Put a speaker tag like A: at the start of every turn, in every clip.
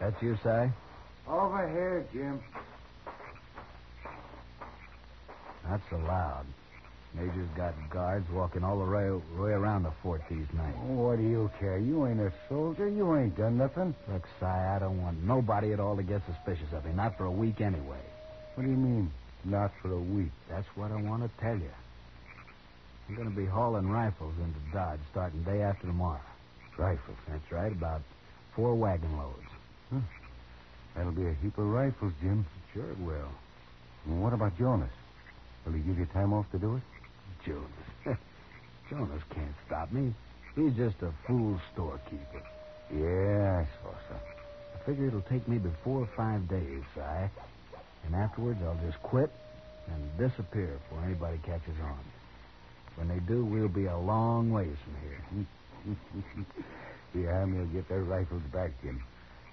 A: That's you, Si?
B: Over here, Jim.
A: Not so loud. Major's got guards walking all the way, way around the fort these nights.
B: Oh, what do you care? You ain't a soldier. You ain't done nothing.
A: Look, Si, I don't want nobody at all to get suspicious of me. Not for a week anyway.
B: What do you mean, not for a week?
A: That's what I want to tell you. I'm going to be hauling rifles into Dodge starting day after tomorrow.
B: Rifles?
A: That's right, about four wagon loads.
B: That'll be a heap of rifles, Jim.
A: Sure it will.
B: And what about Jonas? Will he give you time off to do it?
A: Jonas. Jonas can't stop me. He's just a fool storekeeper.
B: Yeah, I saw some.
A: I figure it'll take me but four or five days, Si. And afterwards, I'll just quit and disappear before anybody catches on. When they do, we'll be a long ways from here.
B: The army will get their rifles back, Jim.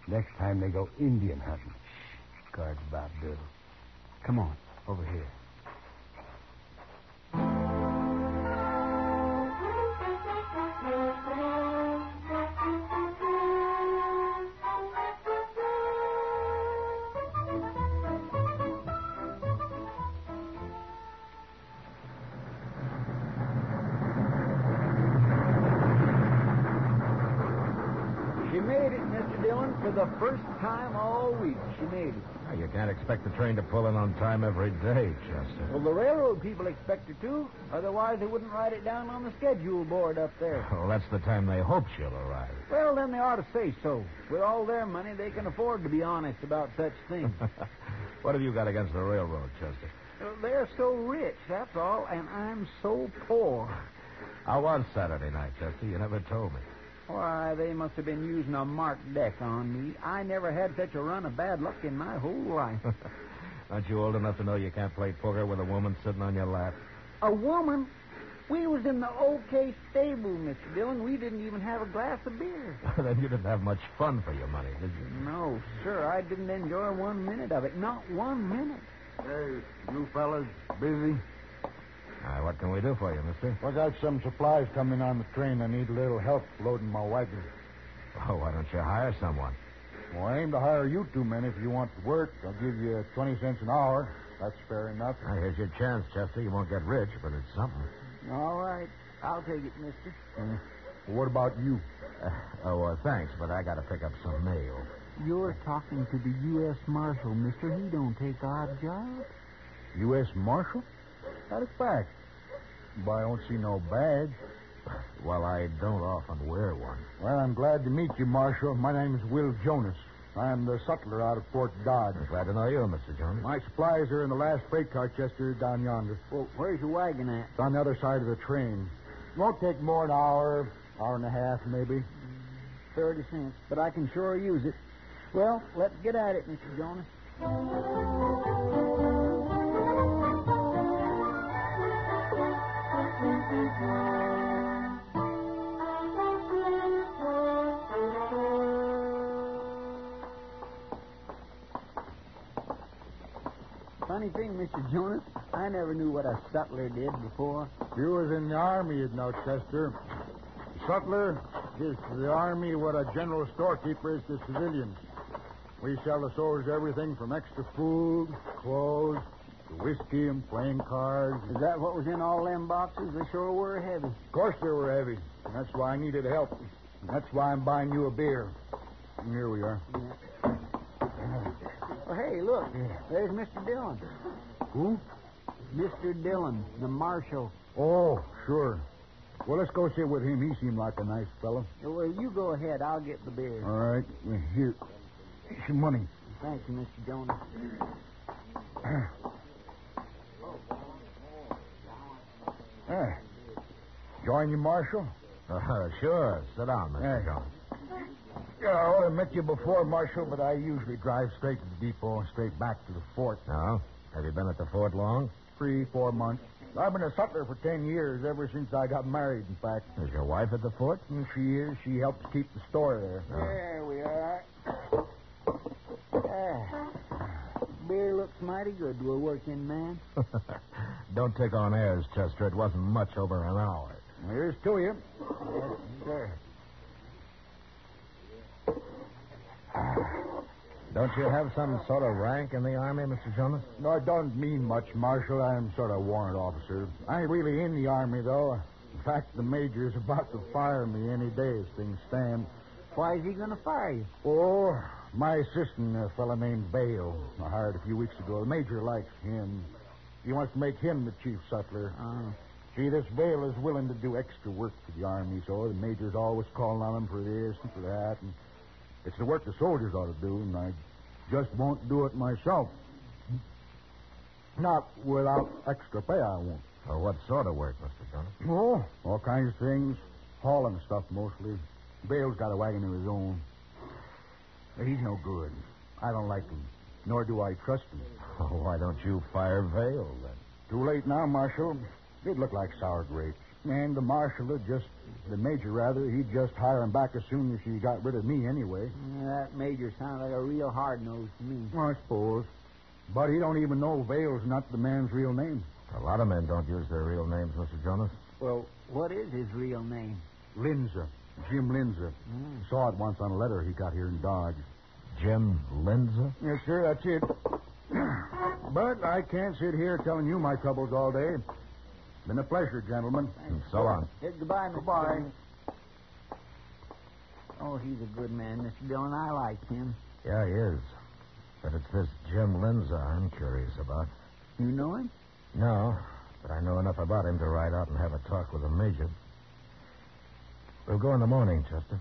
B: Next time they go Indian hunting.
A: Guards about due. Come on, over here.
C: She made it, Mr. Dillon, for the first time all week. She made it.
D: Ah, You can't expect the train to pull in on time every day, Chester.
C: Well, the railroad people expect her to. Otherwise, they wouldn't write it down on the schedule board up there.
D: Well, that's the time they hope she'll arrive.
C: Well, then they ought to say so. With all their money, they can afford to be honest about such things.
D: What have you got against the railroad, Chester?
C: Uh, They're so rich, that's all, and I'm so poor.
D: How was Saturday night, Chester? You never told me.
C: Why, they must have been using a marked deck on me. I never had such a run of bad luck in my whole life.
D: Aren't you old enough to know you can't play poker with a woman sitting on your lap?
C: a woman? We was in the OK stable, Mr. Dillon. We didn't even have a glass of beer.
D: then you didn't have much fun for your money, did you?
C: No, sir, I didn't enjoy one minute of it. Not one minute.
B: Hey, you fellas, busy?
D: Uh, what can we do for you, mister?
B: I got some supplies coming on the train. I need a little help loading my wagon.
D: Oh, why don't you hire someone?
B: Well, I aim to hire you two men if you want to work. I'll give you 20 cents an hour. That's fair enough.
D: Now, here's your chance, Chester. You won't get rich, but it's something.
C: All right. I'll take it, mister.
B: Well, what about you?
D: Uh, oh, uh, thanks, but I got to pick up some mail.
C: You're talking to the U.S. Marshal, mister. He don't take odd jobs.
B: U.S. Marshal? That is fact. But I don't see no badge.
D: Well, I don't often wear one.
B: Well, I'm glad to meet you, Marshal. My name is Will Jonas. I'm the sutler out of Fort Dodge.
D: I'm glad to know you, Mr. Jones.
B: My supplies are in the last freight car, Chester, down yonder.
C: Well, where's your wagon at?
B: It's on the other side of the train. Won't take more than an hour, hour and a half, maybe.
C: Thirty cents, but I can sure use it. Well, let's get at it, Mr. Jonas. Funny thing, Mr. Jonas, I never knew what a sutler did before.
B: If you was in the army, you'd know, Chester. Sutler is to the army what a general storekeeper is to civilians. We sell the soldiers everything from extra food, clothes, to whiskey and playing cards.
C: Is that what was in all them boxes? They sure were heavy.
B: Of course they were heavy. and That's why I needed help. And That's why I'm buying you a beer. And here we are.
C: Well, Oh, hey, look. There's Mr. Dillon.
B: Who?
C: Mr. Dillon, the marshal.
B: Oh, sure. Well, let's go sit with him. He seemed like a nice fellow.
C: Well, you go ahead. I'll get the beer.
B: All right. well, Here. Here's your money.
C: Thank you, Mr. Jonas.
B: Ah. Join you, Marshal?
D: Uh, sure. Sit down, Mr.
B: Hey.
D: Jones.
B: Yeah, well, I met you before, Marshal, but I usually drive straight to the depot and straight back to the fort.
D: No? Have you been at the fort long?
B: Three, four months. I've been a sutler for ten years, ever since I got married, in fact.
D: Is your wife at the fort?
B: And she is. She helps keep the store there.
C: There we are. Ah. Beer looks mighty good to a working man.
D: Don't take on airs, Chester. It wasn't much over an hour.
B: Here's to you.
C: Yes, sir.
D: Don't you have some sort of rank in the Army, Mr. Jonas?
B: No, I don't mean much, Marshal. I'm sort of warrant officer. I ain't really in the Army, though. In fact, the Major's about to fire me any day as things stand.
C: Why is he going to fire you?
B: Oh, my assistant, a fellow named Bale, I hired a few weeks ago. The Major likes him. He wants to make him the chief sutler.
C: Oh.
B: See, this Bale is willing to do extra work for the Army, so the Major's always calling on him for this and for that. And it's the work the soldiers ought to do, and I just won't do it myself. Not without extra pay, I won't.
D: Or Uh, what sort of work, Mr. Jonas?
B: Oh, all kinds of things. Hauling stuff mostly. Bale's got a wagon of his own. But he's no good. I don't like him, nor do I trust him.
D: Oh, why don't you fire Vale then?
B: Too late now, Marshal. It looked like sour grapes. And the marshal would just, the major rather, he'd just hire him back as soon as he got rid of me anyway.
C: Yeah, that major sounds like a real hard nose to me.
B: I suppose. But he don't even know Vale's not the man's real name.
D: A lot of men don't use their real names, Mr. Jonas.
C: Well, what is his real name?
B: Linzer. Jim Linzer.
C: Mm.
B: Saw it once on a letter he got here in Dodge.
D: Jim Linzer?
B: Yes, sir, that's it. but I can't sit here telling you my troubles all day. Been a pleasure, gentlemen.
D: And so on.
C: Yeah, goodbye, Mr.
B: Goodbye.
C: Dillon. Oh, he's a good man, Mr. Dillon. I like him.
D: Yeah, he is. But it's this Jim Linzer I'm curious about.
C: You know him?
D: No, but I know enough about him to ride out and have a talk with the major. We'll go in the morning, Chester.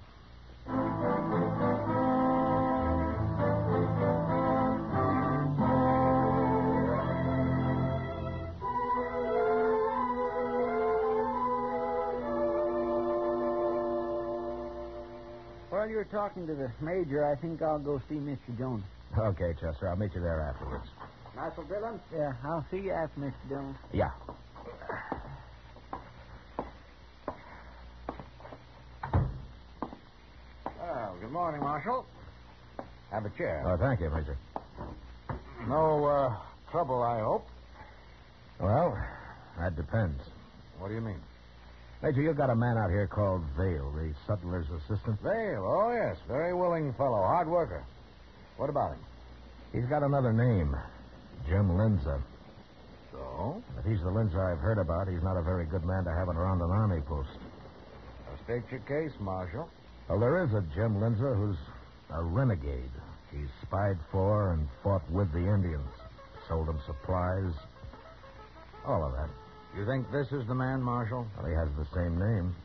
C: While you're talking to the major, I think I'll go see Mr. Jones.
D: Okay, Chester. I'll meet you there afterwards.
C: Marshal Dillon? Yeah, I'll see you after, Mr. Dillon.
D: Yeah.
A: Well, good morning, Marshal. Have a chair.
D: Oh, thank you, Major.
B: No uh, trouble, I hope.
D: Well, that depends.
B: What do you mean?
D: Major, you've got a man out here called Vale, the sutler's assistant.
A: Vale, oh, yes. Very willing fellow. Hard worker. What about him?
D: He's got another name, Jim Linzer.
A: So?
D: If he's the Linzer I've heard about, he's not a very good man to have around an army post.
A: State your case, Marshal.
D: Well, there is a Jim Linzer who's a renegade. He's spied for and fought with the Indians, sold them supplies, all of that.
A: You think this is the man, Marshal?
D: Well, he has the same name.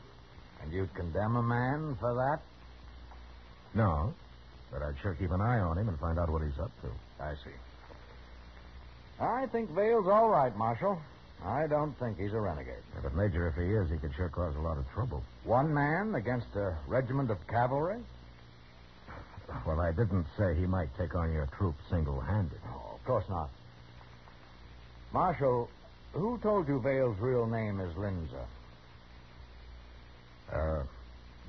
A: And you'd condemn a man for that?
D: No, but I'd sure keep an eye on him and find out what he's up to.
A: I see. I think Vale's all right, Marshal. I don't think he's a renegade.
D: Yeah, but Major, if he is, he could sure cause a lot of trouble.
A: One man against a regiment of cavalry?
D: Well, I didn't say he might take on your troops single-handed.
A: Oh, of course not. Marshal, who told you Vale's real name is Linzer?
D: Uh,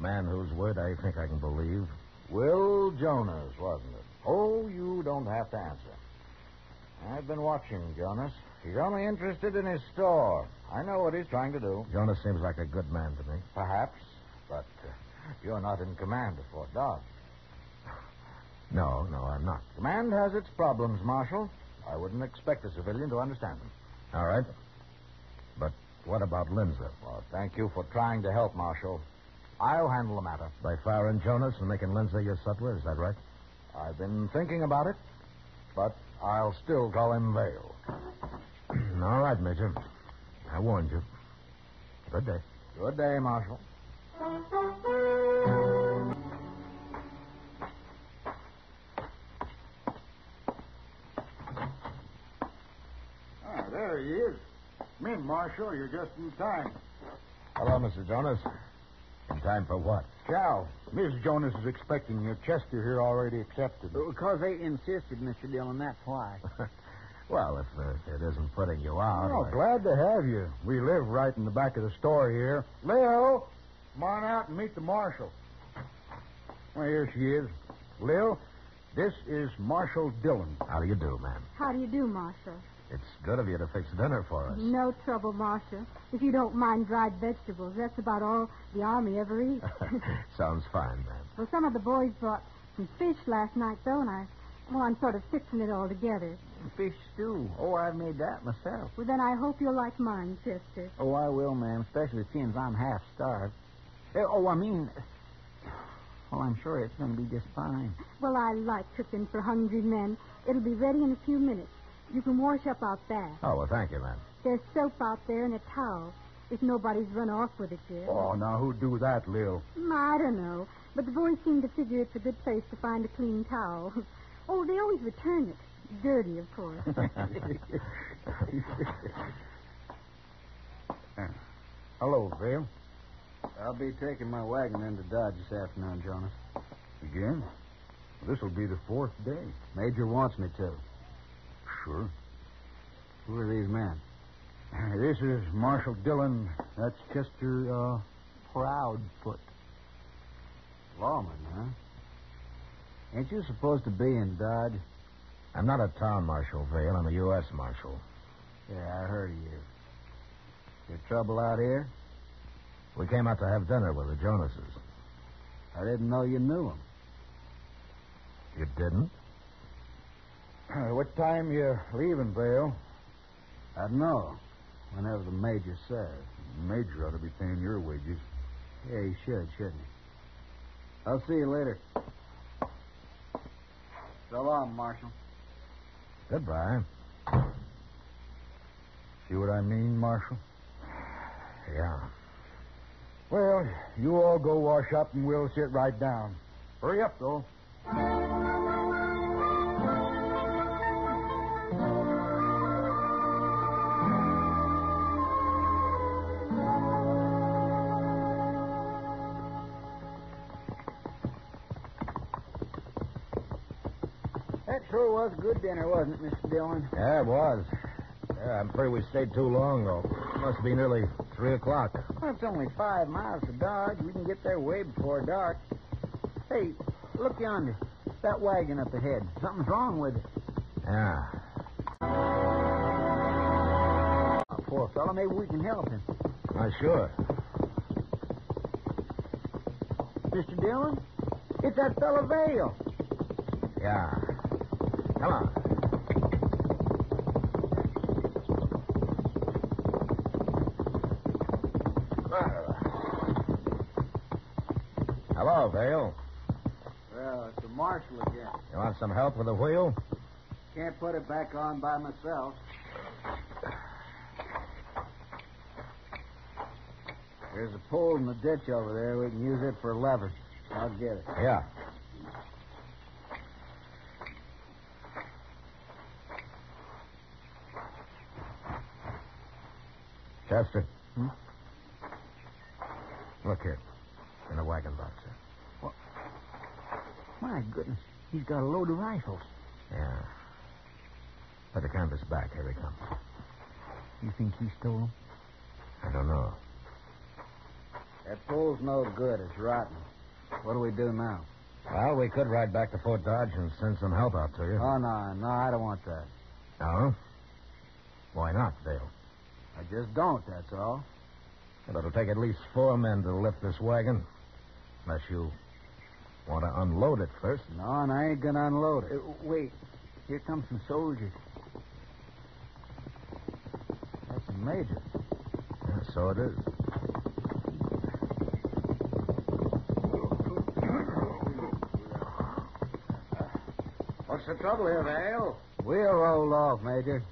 D: man whose word I think I can believe.
A: Will Jonas, wasn't it? Oh, you don't have to answer. I've been watching Jonas. He's only interested in his store. I know what he's trying to do.
D: Jonas seems like a good man to me.
A: Perhaps, but uh, you're not in command at Fort Dodge.
D: No, no, I'm not.
A: Command has its problems, Marshal. I wouldn't expect a civilian to understand them.
D: All right. But what about Linzer?
A: Well, thank you for trying to help, Marshal. I'll handle the matter.
D: By firing Jonas and making Lindsay your sutler, is that right?
A: I've been thinking about it, but I'll still call him Vale.
D: All right, Major. I warned you. Good day.
A: Good day, Marshal.
B: Ah, there he is. Come in, Marshal. You're just in time.
D: Hello, Mr. Jonas. In time for what?
B: Cal, Miss Jonas is expecting you. Chester here already accepted.
C: Because they insisted, Mr. Dillon, that's why.
D: Well, if uh, it isn't putting you out. uh,
B: Oh,
D: I-
B: glad to have you. We live right in the back of the store here. Lil, come on out and meet the marshal. Well, here she is. Lil, this is Marshal Dillon.
D: How do you do, ma'am?
E: How do you do, Marshal?
D: It's good of you to fix dinner for us.
E: No trouble, Marshal. If you don't mind dried vegetables, that's about all the Army ever eats.
D: Sounds fine, ma'am.
E: well, some of the boys brought some fish last night, though, and I Well, I'm sort of fixing it all together.
C: Fish stew. Oh, I've made that myself.
E: Well, then I hope you'll like mine, Chester.
C: Oh, I will, ma'am, especially since I'm half starved. Eh, Oh, I mean, well, I'm sure it's going to be just fine.
E: Well, I like cooking for hungry men. It'll be ready in a few minutes. You can wash up out back.
D: Oh, well, thank you, ma'am.
E: There's soap out there and a towel. If nobody's run off with it yet.
B: Oh, now who'd do that, Lil?
E: Mm, I don't know. But the boys seem to figure it's a good place to find a clean towel. Oh, they always return it. Dirty, of course.
B: Hello, Vale.
A: I'll be taking my wagon into Dodge this afternoon, Jonas.
B: Again? This'll be the fourth day.
A: Major wants me to.
B: Sure.
A: Who are these men?
B: This is Marshal Dillon. That's Chester, uh, Proudfoot.
A: Lawmen, huh? Ain't you supposed to be in Dodge?
D: I'm not a town marshal, Vale. I'm a U.S. marshal.
A: Yeah, I heard of you. Your trouble out here?
D: We came out to have dinner with the Jonases.
A: I didn't know you knew 'em.
D: You didn't?
B: Uh, what time you leaving, Vale?
A: I know. Whenever the major says.
B: Major ought to be paying your wages.
A: Yeah, he should, shouldn't he? I'll see you later. So long, Marshal.
D: Goodbye.
B: See what I mean, Marshal?
D: Yeah.
B: Well, you all go wash up and we'll sit right down. Hurry up, though.
C: That sure was a good dinner, wasn't it, Mr. Dillon?
D: Yeah, it was. Yeah, I'm afraid we stayed too long, though. It must be nearly 3 o'clock.
C: Well, it's only five miles to Dodge. We can get there way before dark. Hey, look yonder. That wagon up ahead. Something's wrong with it.
D: Yeah.
C: Oh, poor fellow. Maybe we can help him.
D: Why, sure.
C: Mr. Dillon? It's that fellow Vale.
D: Yeah. Come on. uh, Hello, Vale.
A: Well, it's the marshal again.
D: You want some help with the wheel?
A: Can't put it back on by myself. There's a pole in the ditch over there. We can use it for leverage. I'll get it.
D: Yeah. Chester. Look here. In the wagon box. sir.
C: My goodness. He's got a load of rifles.
D: Yeah. Put the canvas back. Here they come.
C: You think he stole them?
D: I don't know.
A: That pole's no good. It's rotten. What do we do now?
D: Well, we could ride back to Fort Dodge and send some help out to you.
A: Oh, no, no, I don't want that.
D: no? Why not, Dale?
A: I just don't, that's all.
D: Well, it'll take at least four men to lift this wagon. Unless you want to unload it first.
A: No, and I ain't going to unload
C: Uh,
A: it.
C: wait. Here come some soldiers.
A: That's a major.
D: Yeah, so it is.
A: What's the trouble here, Vale? We'll roll off, Major.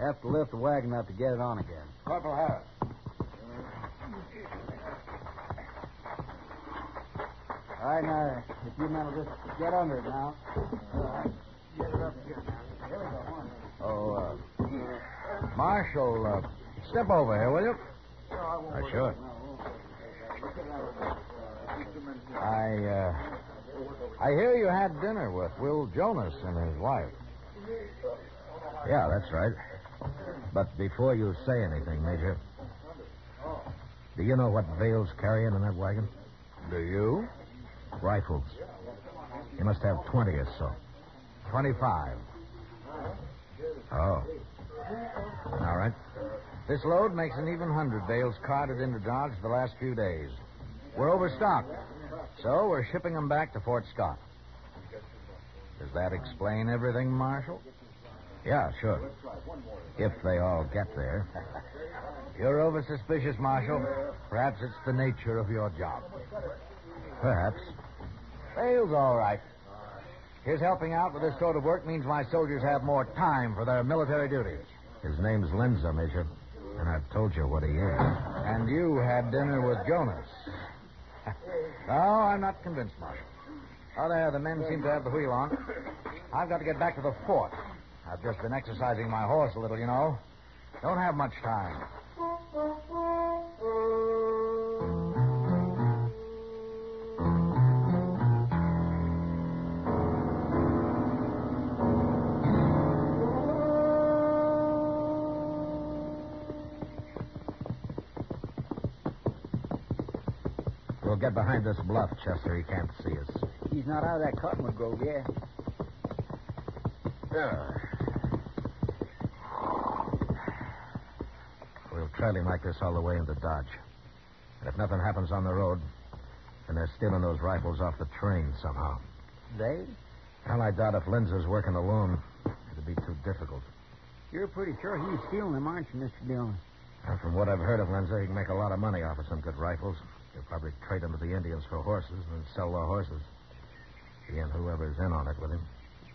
A: Have to lift the wagon up to get it on again.
B: Corporal Harris.
A: All right, now, if you men will just get under it now.
D: Oh, uh, Marshal, uh, step over here, will you? Uh, sure. I, uh, I hear you had dinner with Will Jonas and his wife. Yeah, that's right. But before you say anything, Major, do you know what Vale's carrying in that wagon?
B: Do you?
D: Rifles. You must have 20 or so.
B: 25.
D: Oh. All right.
B: This load makes an even hundred bales carted into Dodge the last few days. We're overstocked, so we're shipping them back to Fort Scott.
D: Does that explain everything, Marshal? Yeah, sure. If they all get there. You're over suspicious, Marshal. Perhaps it's the nature of your job. Perhaps. Bail's all right. His helping out with this sort of work means my soldiers have more time for their military duties. His name's Lenza, Major. And I've told you what he is. And you had dinner with Jonas. no, I'm not convinced, Marshal. Oh, there, the men seem to have the wheel on. I've got to get back to the fort. I've just been exercising my horse a little, you know. Don't have much time. We'll get behind this bluff, Chester. He can't see us.
C: He's not out of that cottonwood grove yet.
D: Yeah. We'll trail him like this all the way into Dodge. And if nothing happens on the road, then they're stealing those rifles off the train somehow.
C: They?
D: Well, I doubt if Lindsay's working alone. It'd be too difficult.
C: You're pretty sure he's stealing them, aren't you, Mr. Dillon?
D: Now, from what I've heard of Lindsay, he can make a lot of money off of some good rifles. He'll probably trade them to the Indians for horses and then sell the horses. He and whoever's in on it with him.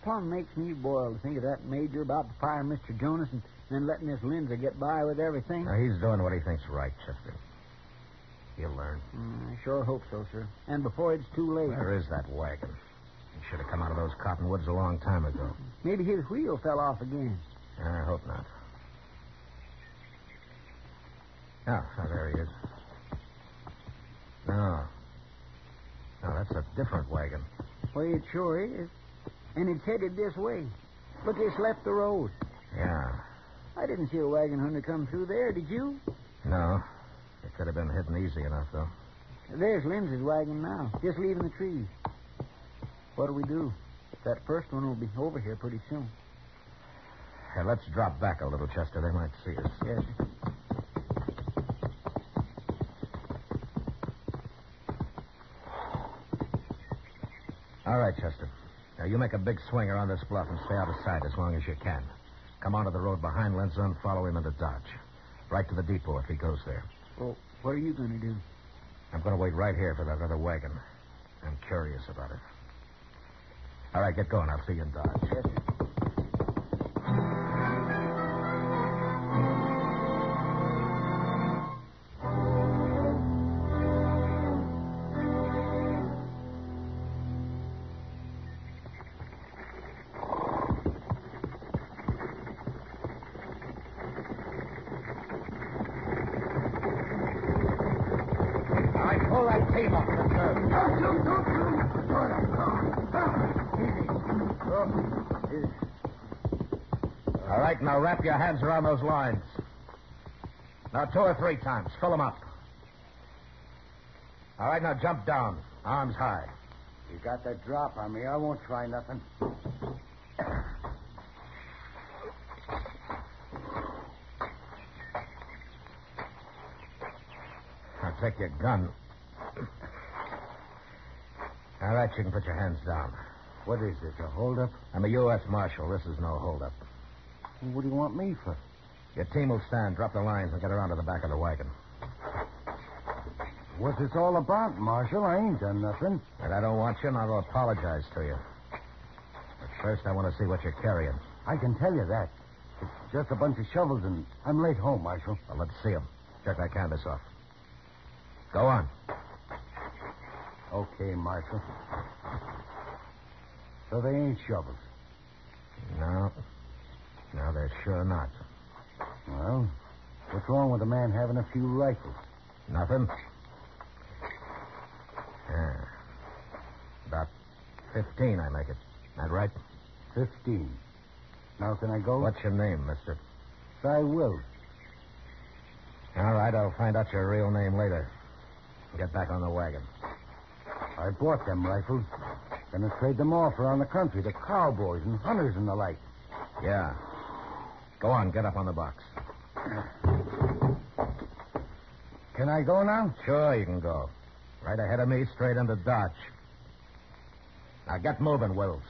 C: Plum makes me boil to think of that major about to fire Mr. Jonas and then letting this Lindsay get by with everything.
D: Now, he's doing what he thinks right, Chester. He'll learn.
C: Mm, I sure hope so, sir. And before it's too late.
D: Where is that wagon? He should have come out of those cottonwoods a long time ago.
C: Maybe his wheel fell off again.
D: I hope not. Oh, oh, there he is. No. No, that's a different wagon.
C: Well, it sure is. And it's headed this way. Look, it's left the road.
D: Yeah.
C: I didn't see a wagon hunter come through there, did you?
D: No. It could have been hidden easy enough, though.
C: There's Lindsay's wagon now, just leaving the trees. What'll we do? That first one will be over here pretty soon.
D: Hey, let's drop back a little, Chester. They might see us.
C: Yes, sir.
D: All right, Chester. Now, you make a big swing around this bluff and stay out of sight as long as you can. Come onto the road behind Lenzo and follow him into Dodge. Right to the depot if he goes there.
C: Well, what are you going to do?
D: I'm going to wait right here for that other wagon. I'm curious about it. All right, get going. I'll see you in Dodge.
C: Yes, sir.
D: All right, pull that team up, Chester. All right, now wrap your hands around those lines. Now, two or three times. Fill them up. All right, now jump down. Arms high.
B: You got that drop on me. I won't try nothing.
D: Now take your gun. All right, you can put your hands down. What is this, a holdup? I'm a U.S. Marshal. This is no holdup.
B: What do you want me for?
D: Your team will stand, drop the lines, and get around to the back of the wagon.
B: What's this all about, Marshal? I ain't done nothing.
D: And I don't want you, and I'll apologize to you. But first, I want to see what you're carrying.
B: I can tell you that. It's just a bunch of shovels, and I'm late home, Marshal.
D: Well, let's see 'em. Check that canvas off. Go on.
B: Okay, Marshal. So they ain't shovels.
D: No. No, they're sure not.
B: Well, what's wrong with a man having a few rifles?
D: Nothing? Yeah. About 15, I make it. That right?
B: Fifteen. Now can I go?
D: What's your name, mister?
B: I will.
D: All right, I'll find out your real name later. Get back on the wagon.
B: I bought them rifles. Gonna trade them off around the country to cowboys and hunters and the like.
D: Yeah. Go on, get up on the box.
B: Can I go now?
D: Sure, you can go. Right ahead of me, straight into Dodge. Now get moving, Wills.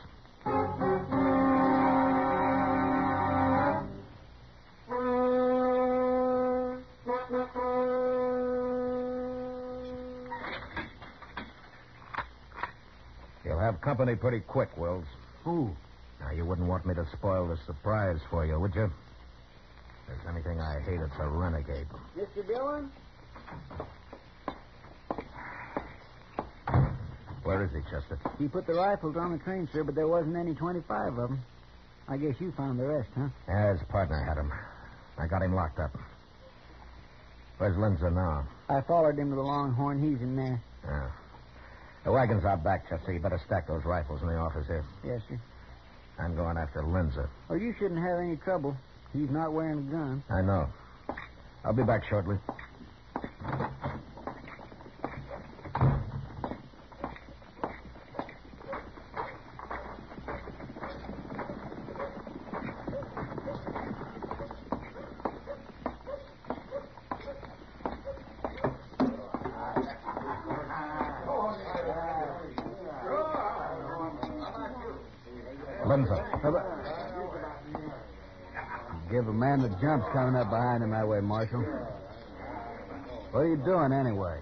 D: You'll have company pretty quick, Wills.
A: Who?
D: Now, you wouldn't want me to spoil the surprise for you, would you? If there's anything I hate, it's a renegade.
C: Mr. Dillon?
D: Where is he, Chester?
C: You put the rifles on the train, sir, but there wasn't any 25 of them. I guess you found the rest, huh?
D: Yeah, his partner had him. I got him locked up. Where's Lindsay now?
C: I followed him to the Longhorn. He's in there.
D: Yeah. The wagon's out back, Chester. You better stack those rifles in the office here.
C: Yes, sir.
D: I'm going after Lindsay.
C: Oh, you shouldn't have any trouble. He's not wearing a gun.
D: I know. I'll be back shortly. Lindsay.
A: Give a man the jumps coming up behind him that way, Marshal. What are you doing anyway?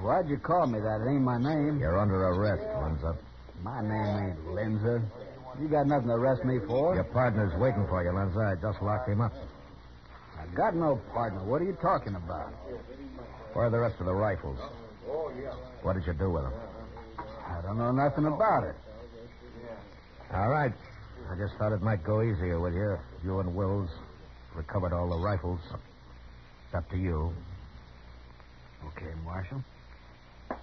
A: Why'd you call me that? It ain't my name.
D: You're under arrest, Lindsay.
A: My name ain't Lindsay. You got nothing to arrest me for.
D: Your partner's waiting for you, Lindsay. I just locked him up.
A: I got no partner. What are you talking about?
D: Where are the rest of the rifles? What did you do with them?
A: I don't know nothing about it.
D: All right. I just thought it might go easier with you. if You and Wills recovered all the rifles. It's up to you.
A: Okay, Marshal.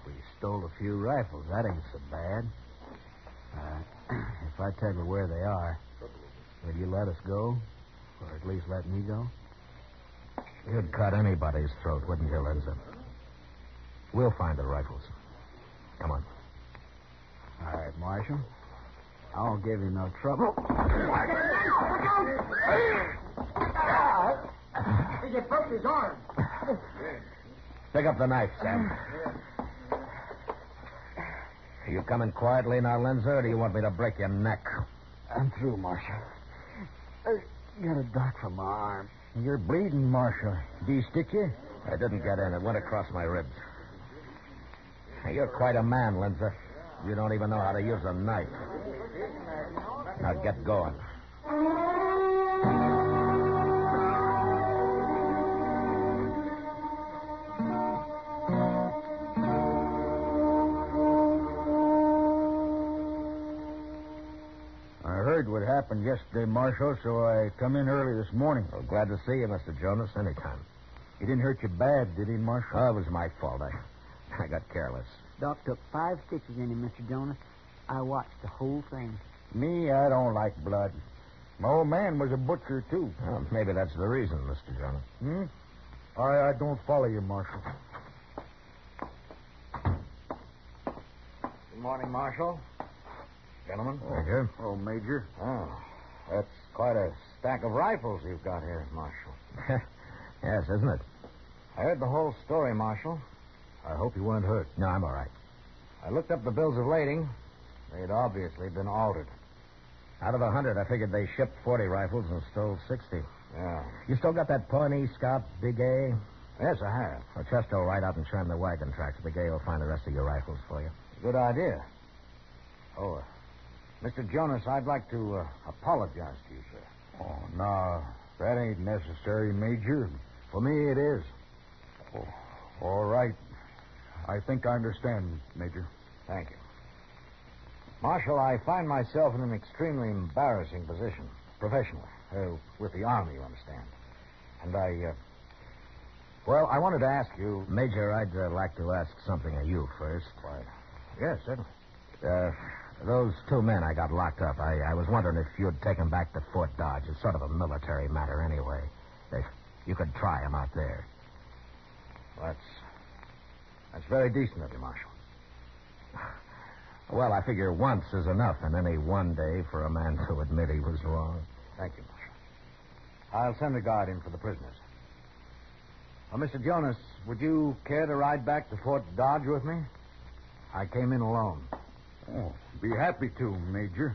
A: We stole a few rifles. That ain't so bad. Uh, if I tell you where they are, will you let us go? Or at least let me go?
D: You'd cut anybody's throat, wouldn't you, Lindsay? We'll find the rifles. Come on.
A: All right, Marshal. I won't give you no trouble.
C: You broke his arm.
D: Pick up the knife, Sam. Are you coming quietly now, Lindsay, or do you want me to break your neck?
A: I'm through, Marshal.
C: Uh,
A: Got a doc for my arm. You're bleeding, Marshal. Did he stick you?
D: I didn't get in. It went across my ribs. You're quite a man, Lindsay. You don't even know how to use a knife. Now get going.
B: I heard what happened yesterday, Marshal, so I come in early this morning.
D: Well, glad to see you, Mr. Jonas, anytime.
B: He didn't hurt you bad, did he, Marshal?
D: Oh, it was my fault. I, I got careless.
C: Doc took five stitches in him, Mr. Jonas. I watched the whole thing.
B: Me, I don't like blood. My old man was a butcher, too.
D: Well, maybe that's the reason, Mr. Jonas.
B: Hmm? I, I don't follow you, Marshal.
A: Good morning, Marshal.
D: Gentlemen. Major.
B: Oh, Major.
A: Oh, that's quite a stack of rifles you've got here, Marshal.
D: yes, isn't it?
A: I heard the whole story, Marshal.
B: I hope you weren't hurt.
D: No, I'm all right.
A: I looked up the bills of lading. They had obviously been altered.
D: Out of a hundred, I figured they shipped 40 rifles and stole 60.
A: Yeah.
D: You still got that Pawnee scout, Big A?
A: Yes, I have.
D: Well, Chester will ride out and trim the wagon tracks. Big A will find the rest of your rifles for you.
A: Good idea. Oh, uh, Mr. Jonas, I'd like to uh, apologize to you, sir.
B: Oh, no. That ain't necessary, Major. For me, it is.
D: Oh,
B: All right. I think I understand, Major.
A: Thank you. Marshal, I find myself in an extremely embarrassing position, professionally, uh, with the Army, you understand. And I, uh, well, I wanted to ask you.
D: Major, I'd uh, like to ask something of you first.
A: Why, yes, certainly.
D: Uh, those two men I got locked up, I, I was wondering if you'd take 'em back to Fort Dodge. It's sort of a military matter anyway. If you could try 'em out there.
A: That's, that's very decent of you, Marshal.
D: Well, I figure once is enough in any one day for a man to admit he was wrong.
A: Thank you, Marshal. I'll send a guard in for the prisoners. Uh, Mr. Jonas, would you care to ride back to Fort Dodge with me? I came in alone.
C: Uh,
D: Oh, be happy to, Major.